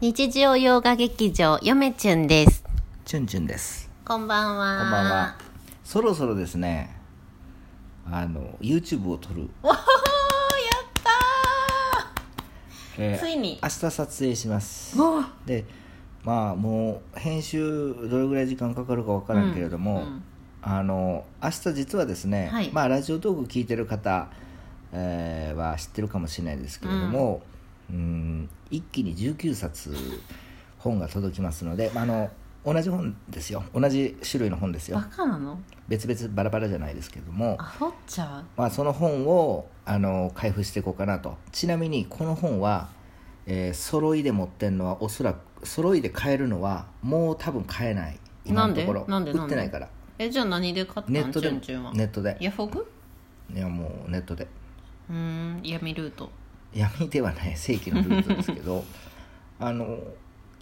日常洋画劇場よめちゅんですチュンチュンですこんばんはこんばんはそろそろですねあの YouTube を撮る、おーやったえーついに明日撮影しますーわでまあもう編集どれぐらい時間かかるかわからんけれども、うんうんあの明日実はですね、はいまあ、ラジオトーク聞いてる方、えーは知ってるかもしれないですけれども、うん、一気に19冊本が届きますので、まあ、あの同じ本ですよ同じ種類の本ですよバカなの別々バラバラじゃないですけどもア、ホっちゃうまあ、その本をあの開封していこうかなとちなみにこの本は、えー揃いで持ってるのはおそらく揃いで買えるのはもう多分買えない今のところなんでなんでなんで売ってないからえじゃあ何で買ったんネットでチュンチュンはネットでヤフオクいやもうネットでうーん闇ルート闇ではない正規のルートです けどあの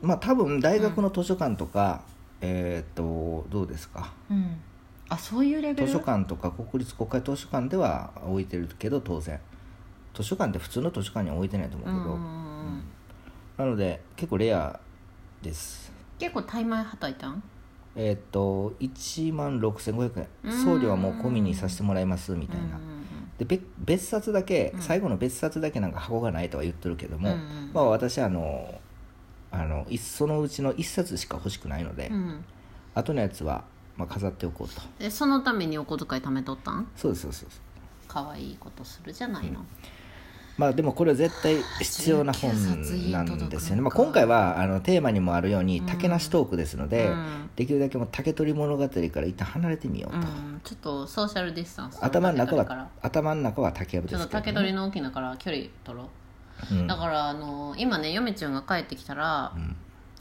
まあ多分大学の図書館とか、えーっとどうですかうんあそういうレベル図書館とか国立国会図書館では置いてるけど当然図書館って普通の図書館には置いてないと思ううんけうど、んうんうんなので結構レアです結構タイマイはたいたんえーっと1万6500うん円送料はもう込みにさせてもらいますみたいな、うんうんうんで別別冊だけ、最後の別冊だけなんか箱がないとは言ってるけども、うんうんまあ私あのあのいそのうちの1冊しか欲しくないので、うん後のやつは、まあ、飾っておこうとえそのためにお小遣い貯めとったんそうですそうですそうです可愛いことするじゃないの、まあでもこれは絶対必要な本なんですよね、まあ、今回はあのテーマにもあるように竹なしトークですので、うんできるだけもう竹取物語から一旦離れてみよううと、ん、ちょっとソーシャルディスタンス頭の中竹取からは頭の中は竹やぶちでょっすと竹けど、取の大きなから距離取ろうう、んだからあの今ねヨメちゃんが帰ってきたら、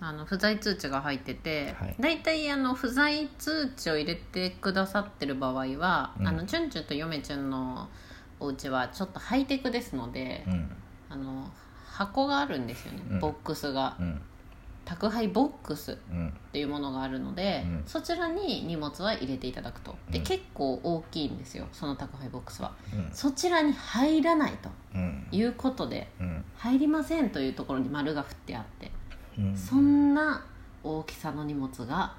あの不在通知が入ってて、はいだいたいあの不在通知を入れてくださってる場合は、うんあのチュンチュンとヨメちゃんのお家はちょっとハイテクですので、うんあの箱があるんですよね、うんボックスが、うん宅配ボックスうんっていうものがあるので、うんそちらに荷物は入れていただくとで、うん結構大きいんですよその宅配ボックスはうんそちらに入らないとうんいうことでうん入りませんというところに丸が振ってあってうんそんな大きさの荷物が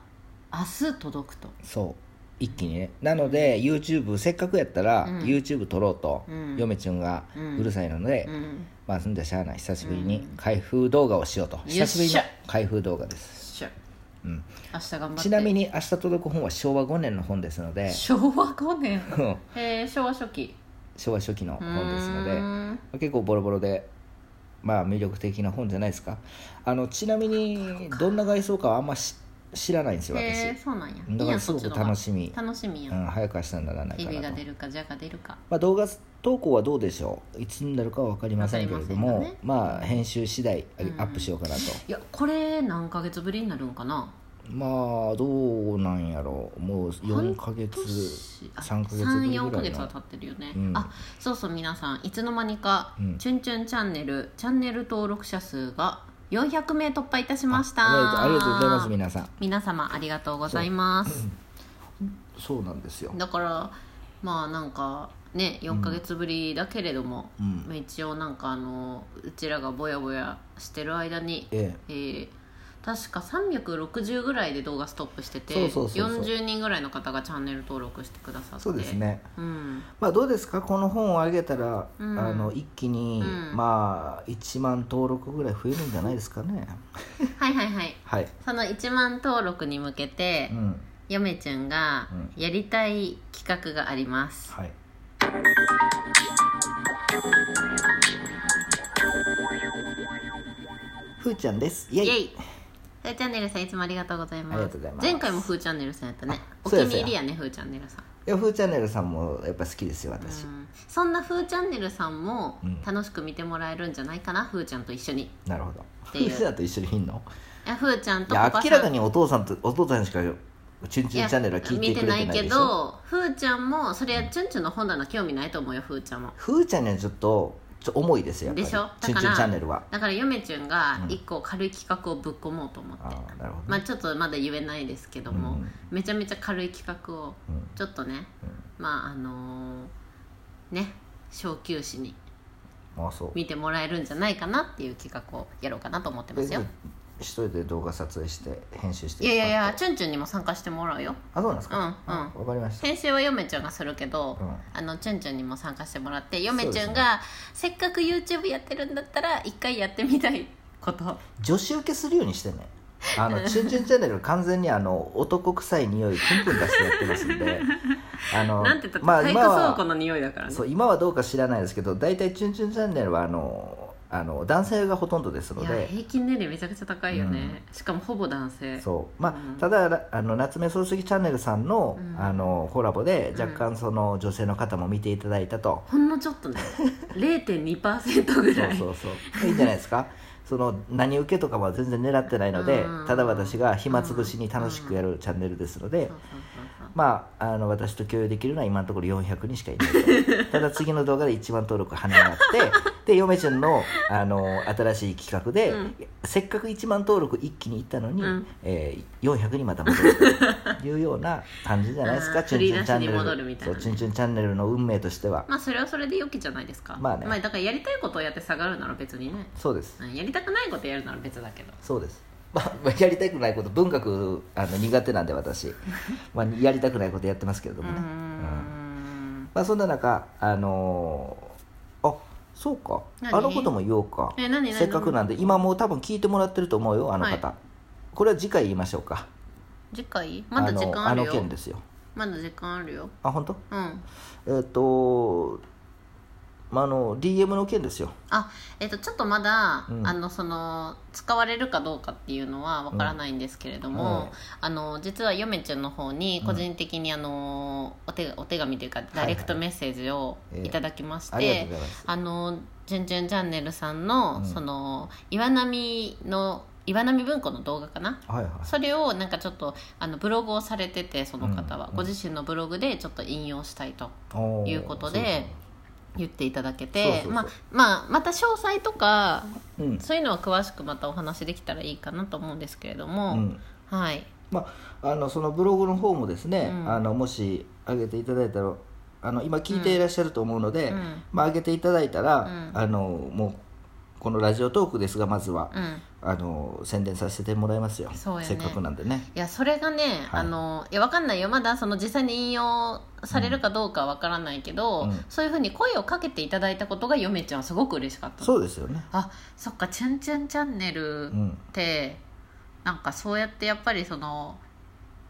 明日届くとそう一気にねなので YouTube せっかくやったら、うん YouTube 撮ろうと、うん嫁ちゅんがうんうるさいので、うんまあすんじゃしゃあない久しぶりに開封動画をしようと、久しぶりよのっし開封動画です、しゃうん、明日頑張ってちなみに明日届く本は昭和5年の本ですので昭和5年 うんえー、昭和初期昭和初期の本ですのうでーん結構ボロボロでまあ魅力的な本じゃないですかあのちなみにどんな外装かはあんまし知らないんですよ私、えー、そうなんやだいいかやらんすそっごちくの方が楽しみ、楽しみやうんん、早く明日にならないヘかビがなと出、るかじゃが出るかまあ、動画投稿はどうでしょういつになるかは分かりませんけれどわもかりませんがねまあ編集次第あげうんアップしようかなと、いやこれ何ヶ月ぶりになるんかなまあどうなんやろうもう4ヶ月3ヶ月ぶりぐらい34のヶ月は経ってるよね、うんあそうそう皆さんいつの間にか「うんチュンチュンチャンネル」チャンネル登録者数が400名突破いたしましたありがとうありがとうございます皆さん皆様ありがとうございますそうなんですよだからまあなんかね4ヶ月ぶりだけれども、うんまあ一応なんかあのうちらがぼやぼやしてる間にええー確か360ぐらいで動画ストップしててそうそうそうそう40人ぐらいの方がチャンネル登録してくださっえてそうですねうんまあどうですかこの本をあげたら、うんあの一気に、うんまあ1万登録ぐらい増えるんじゃないですかねはいはいはいはい、その1万登録に向けて、うん、ヨメちゃんがうんやりたい企画があります、はいふーちゃんですイエイイエイふーチャンネルさんいつもありがとうございますありがとうございます前回もふーチャンネルさんやったねあおそう気ですに入りやねふーチャンネルさんいやふーチャンネルさんもやっぱ好きですよ私、うんそんなふーチャンネルさんもうん楽しく見てもらえるんじゃないかなふーちゃんと一緒になるほどっふていうーちゃんと一緒にいんのいやふーちゃんいとやパ明らかにお父さんとお父さんしかチュンチュンチャンネルは聞いてくれてない見てないけでしょどふーちゃんもそりゃチュンチュンの本棚興味ないと思うよふーちゃんもふーちゃんにはちょっとちょ重いですよやっぱりでしょだからチュンチュンチャンネルはだからヨメチュンが一個軽い企画をぶっ込もうと思って、ああなるほど、まあちょっとまだ言えないですけども、うんめちゃめちゃ軽い企画をうんちょっとね、まああのーね小休止にまあそう見てもらえるんじゃないかなっていう企画をやろうかなと思ってますよえ一人で動画撮影して編集していやいやいパッやとチュンチュンにも参加してもらうよあそうなんですかうんあうんわかりました編集はヨメちゃんがするけど、うんあのチュンチュンにも参加してもらってヨメそうちですゃねんが、せっかく YouTube やってるんだったら一回やってみたいこと女子受けするようにしてね あの「チュンチュンチャンネル」完全にあの男臭い匂いプンプン出してやってますん であのなんて言ったって、まあ体育今倉庫はの匂いだからねそう今はどうか知らないですけど大体「チュンチュンチャンネルは」あのあの男性がほとんどですのいやで平均年齢めちゃくちゃ高いよね、しかもほぼ男性そうまあ、うんただあの夏目漱石チャンネルさんの,、うんあのコラボでうん若干その女性の方も見ていただいたと、ほんのちょっとね0.2%ぐそらういそうそういいんじゃないですかその何受けとかは全然狙ってないので、うんただ私が暇つぶしに楽しくやるチャンネルですのそうで、そうそうそうまああの私と共有できるのは今のところ400人しかいない ただ次の動画で1万登録跳ね上がってで嫁ちゃんのあの新しい企画で、うんせっかく1万登録一気にいったのに、うんえー400にまた戻るというような感じじゃないで すあかーチュンチュンチャンネ振り出しに戻るルみたいなそうチュンチュンチャンネルの運命としては、まあそれはそれで良きじゃないですかまあねだからやりたいことをやって下がるなら別にね、そうですうんやりたくないことやるなら別だけどそうですまあ、 まあやりたくないこと文学あの苦手なん で私、まあ、やりたくないことやってますけれどうもーね、んまあそんな中あのーあそうか何あのことも言おうかえ何何せっかくなんで今もう多分聞いてもらってると思うよあの方、はこれは次回言いましょうか次回まだ時間あるののよ件ですよまだ時間あるよあ本当うんえっ、とまああの DM の件ですよあえっとちょっとまだ、うんあのその使われるかどうかっていうのはわからないんですけれども、うんはいあの実はヨメちゃんの方に個人的にあの、お手お手紙というかダイレクトメッセージをええいただきまして、ありがとうございますあの「じゅんじゅんチャンネル」さんの、うんその岩波の岩波文庫の動画かなはいはいそれをなんかちょっとあのブログをされててその方は、うんご自身のブログでちょっと引用したいとおーいうことそうで言っていただけてそうそうそうまあまあまた詳細とかそううん、そういうのは詳しくまたお話できたらいいかなと思うんですけれども、うんはいまあ、あのそのブログの方もですね、うんあのもし上げていただいたらあの今聞いていらっしゃると思うので、うんまあ、上げていただいたら、うんあのもうこのラジオトークですがまずは、うんあの宣伝させてもらいますよそうよねせっかくなんでねいやそれがね、はいあのいやわかんないよまだその実際に引用されるかどうかはわからないけど、うんそういうふうに声をかけていただいたことがヨメちゃんはすごく嬉しかったそうですよねあそっか「チュンチュンチャンネル」うんって、なんかそうやってやっぱりその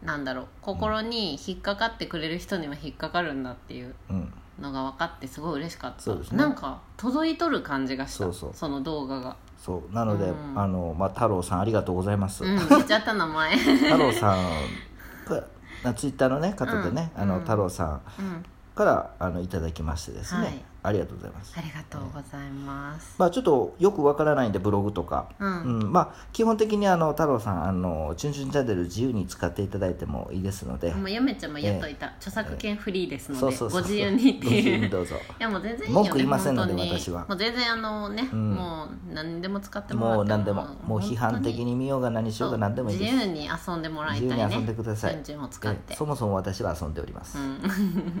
なんだろう心に引っかかってくれる人には引っかかるんだっていううんのが分かってすごい嬉しかったそうですねなんか届いとる感じがしたそうそうの動画がそうなので、うんあのまあ、太郎さんありがとうございます、うん言っちゃった名前 太郎さんが なツイッターの、ね、方でね、うんあうのん太郎さんうんからあのいただきましてですね、はいありがとうございますありがとうございます、まあ、ちょっとよくわからないんでブログとか、うんまあ、基本的にあの太郎さんあの「チュンチュンチャンネル」自由に使っていただいてもいいですので、もうやめちゃんも言っといた、著作権フリーですので、そうそうそうご自由にってご自由いにうどうぞいやもう全然いいよ、ね、文句言いませんので本当に私はもう全然あのね、うんもう何 でも使ってもらってもう何でももう批判的本に見ようが何し当ようが何でもいいですそう自由に遊んでもらいたいね自由に遊んでくださいチュンチュンを使ってええそもそも私は遊んでおります、うん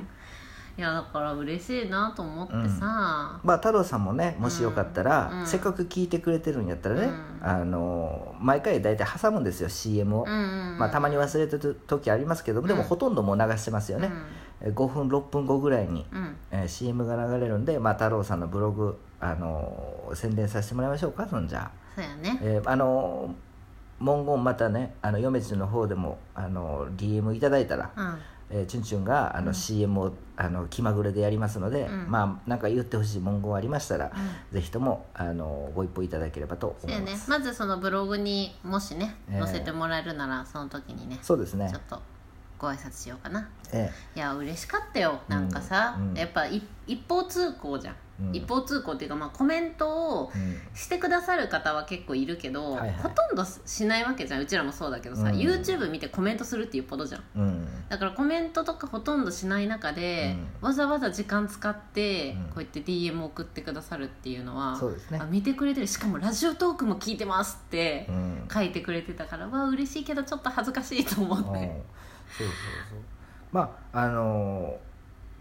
いやだから嬉しいなと思ってさ、まあ太郎さんもねもしよかったら、うんうんせっかく聞いてくれてるんやったらね、うんあの毎回大体挟むんですよ CM を、うんうんうんまあ、たまに忘れてる時ありますけどでもほとんどもう流してますよね、え5分6分後ぐらいにうん、うんえー CM が流れるんで、まあ、太郎さんのブログ、あのー宣伝させてもらいましょうかそんじゃ、そうやねえーあのー文言またねあの嫁ちゅんの方でも、あのー DM いただいたら、うんえーチュンチュンがあの CM をあの気まぐれでやりますので、うんまあなんか言ってほしい文言ありましたら、ぜひとも、あのーご一報いただければとそう思いやまねすまずそのブログにもしねええ載せてもらえるならその時にねそうですねちょっとご挨拶しようかなえいや嬉しかったよなんかさ、うんうんやっぱい一方通行じゃん、うん一方通行っていうか、まあ、コメントをえうんしてくださる方は結構いるけど、はいはいほとんどしないわけじゃんうちらもそうだけどさ、うん YouTube 見てコメントするっていうことじゃんうんだからコメントとかほとんどしない中で、わざわざ時間使って、うんこうやって DM 送ってくださるっていうのはそうですねあ見てくれてるしかもラジオトークも聞いてますってうん書いてくれてたから、わあ嬉しいけどちょっと恥ずかしいと思うん、そうって、そうそうまああのー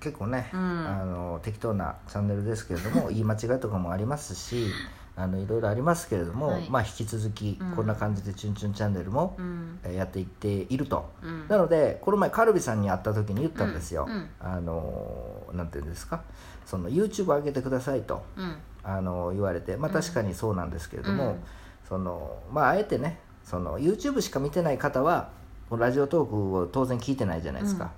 結構ね、うん あのー適当なチャンネルですけれども言い間違いとかもありますしあのいろいろありますけれども、はいまあ、引き続きうんこんな感じで「チュンチュンチャンネル」もうんえーやっていっていると、うんなのでこの前カルビさんに会った時に言ったんですよ、うんうんあのーなんていうんですかその YouTube 上げてくださいと、うんあの言われて、まうあ、ん確かにそうなんですけれどうも、んそのまああえてねその YouTube しか見てない方はこのラジオトークを当然聞いてないじゃないですか、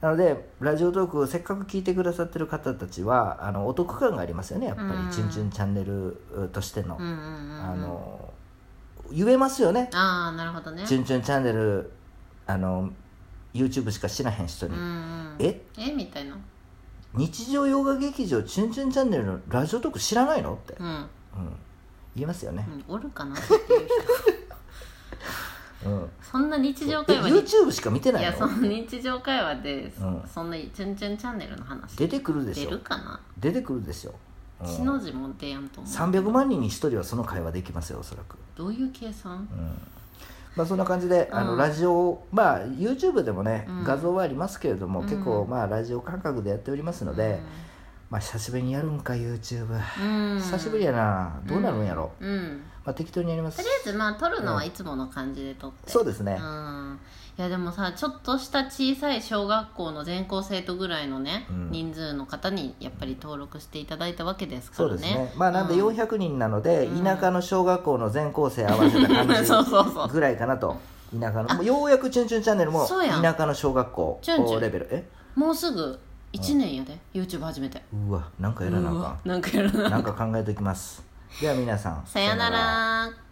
なのでラジオトークをせっかく聞いてくださってる方たちはあのお得感がありますよねやっぱりうん「チュンチュンチャンネル」としての、うんうんうんあの言えますよねああなるほどね「チュンチュンチャンネル」あの YouTube しか知らへん人に、うんうんええみたいな日常洋画劇場「チュンチュンチャンネル」のラジオトーク知らないのって、うんうん、言えますよね、うんおるかなっていう人うんそんな日常え会話に YouTube しか見てないいやそのの日常会話で、うんそんな「チュンチュンチャンネル」の話出てくるでし出ょるかな出てくるでしょ、うん血の字も出やんと思う300万人に1人はその会話できますよおそらく、どういう計算うんまあ、そんな感じで、あうのんラジオまあ YouTube でもね、うん画像はありますけれども、うん結構まあラジオ感覚でやっておりますので、まあ久しぶりにやるんか YouTube、うん久しぶりやなどうなるんやろ、うんまあ適当にやりますとりあえずまあ撮るのはいつもの感じで撮ってそうですね、うんいやでもさちょっとした小さい小学校の全校生徒ぐらいのね、うん人数の方にやっぱり登録していただいたわけですかそうらねですねまあなんでうん400人なので、うん田舎の小学校の全校生合わせた感じ そうそうそうぐらいかなと田舎のもうようやく「チュンチュンチャンネル」もそうやん田舎の小学校チュンチュンレベルえもうすぐ1年やで、YouTube 始めてうわなんかやらなあうかわなんかやらんななんか考えておきますでは皆さんさよなら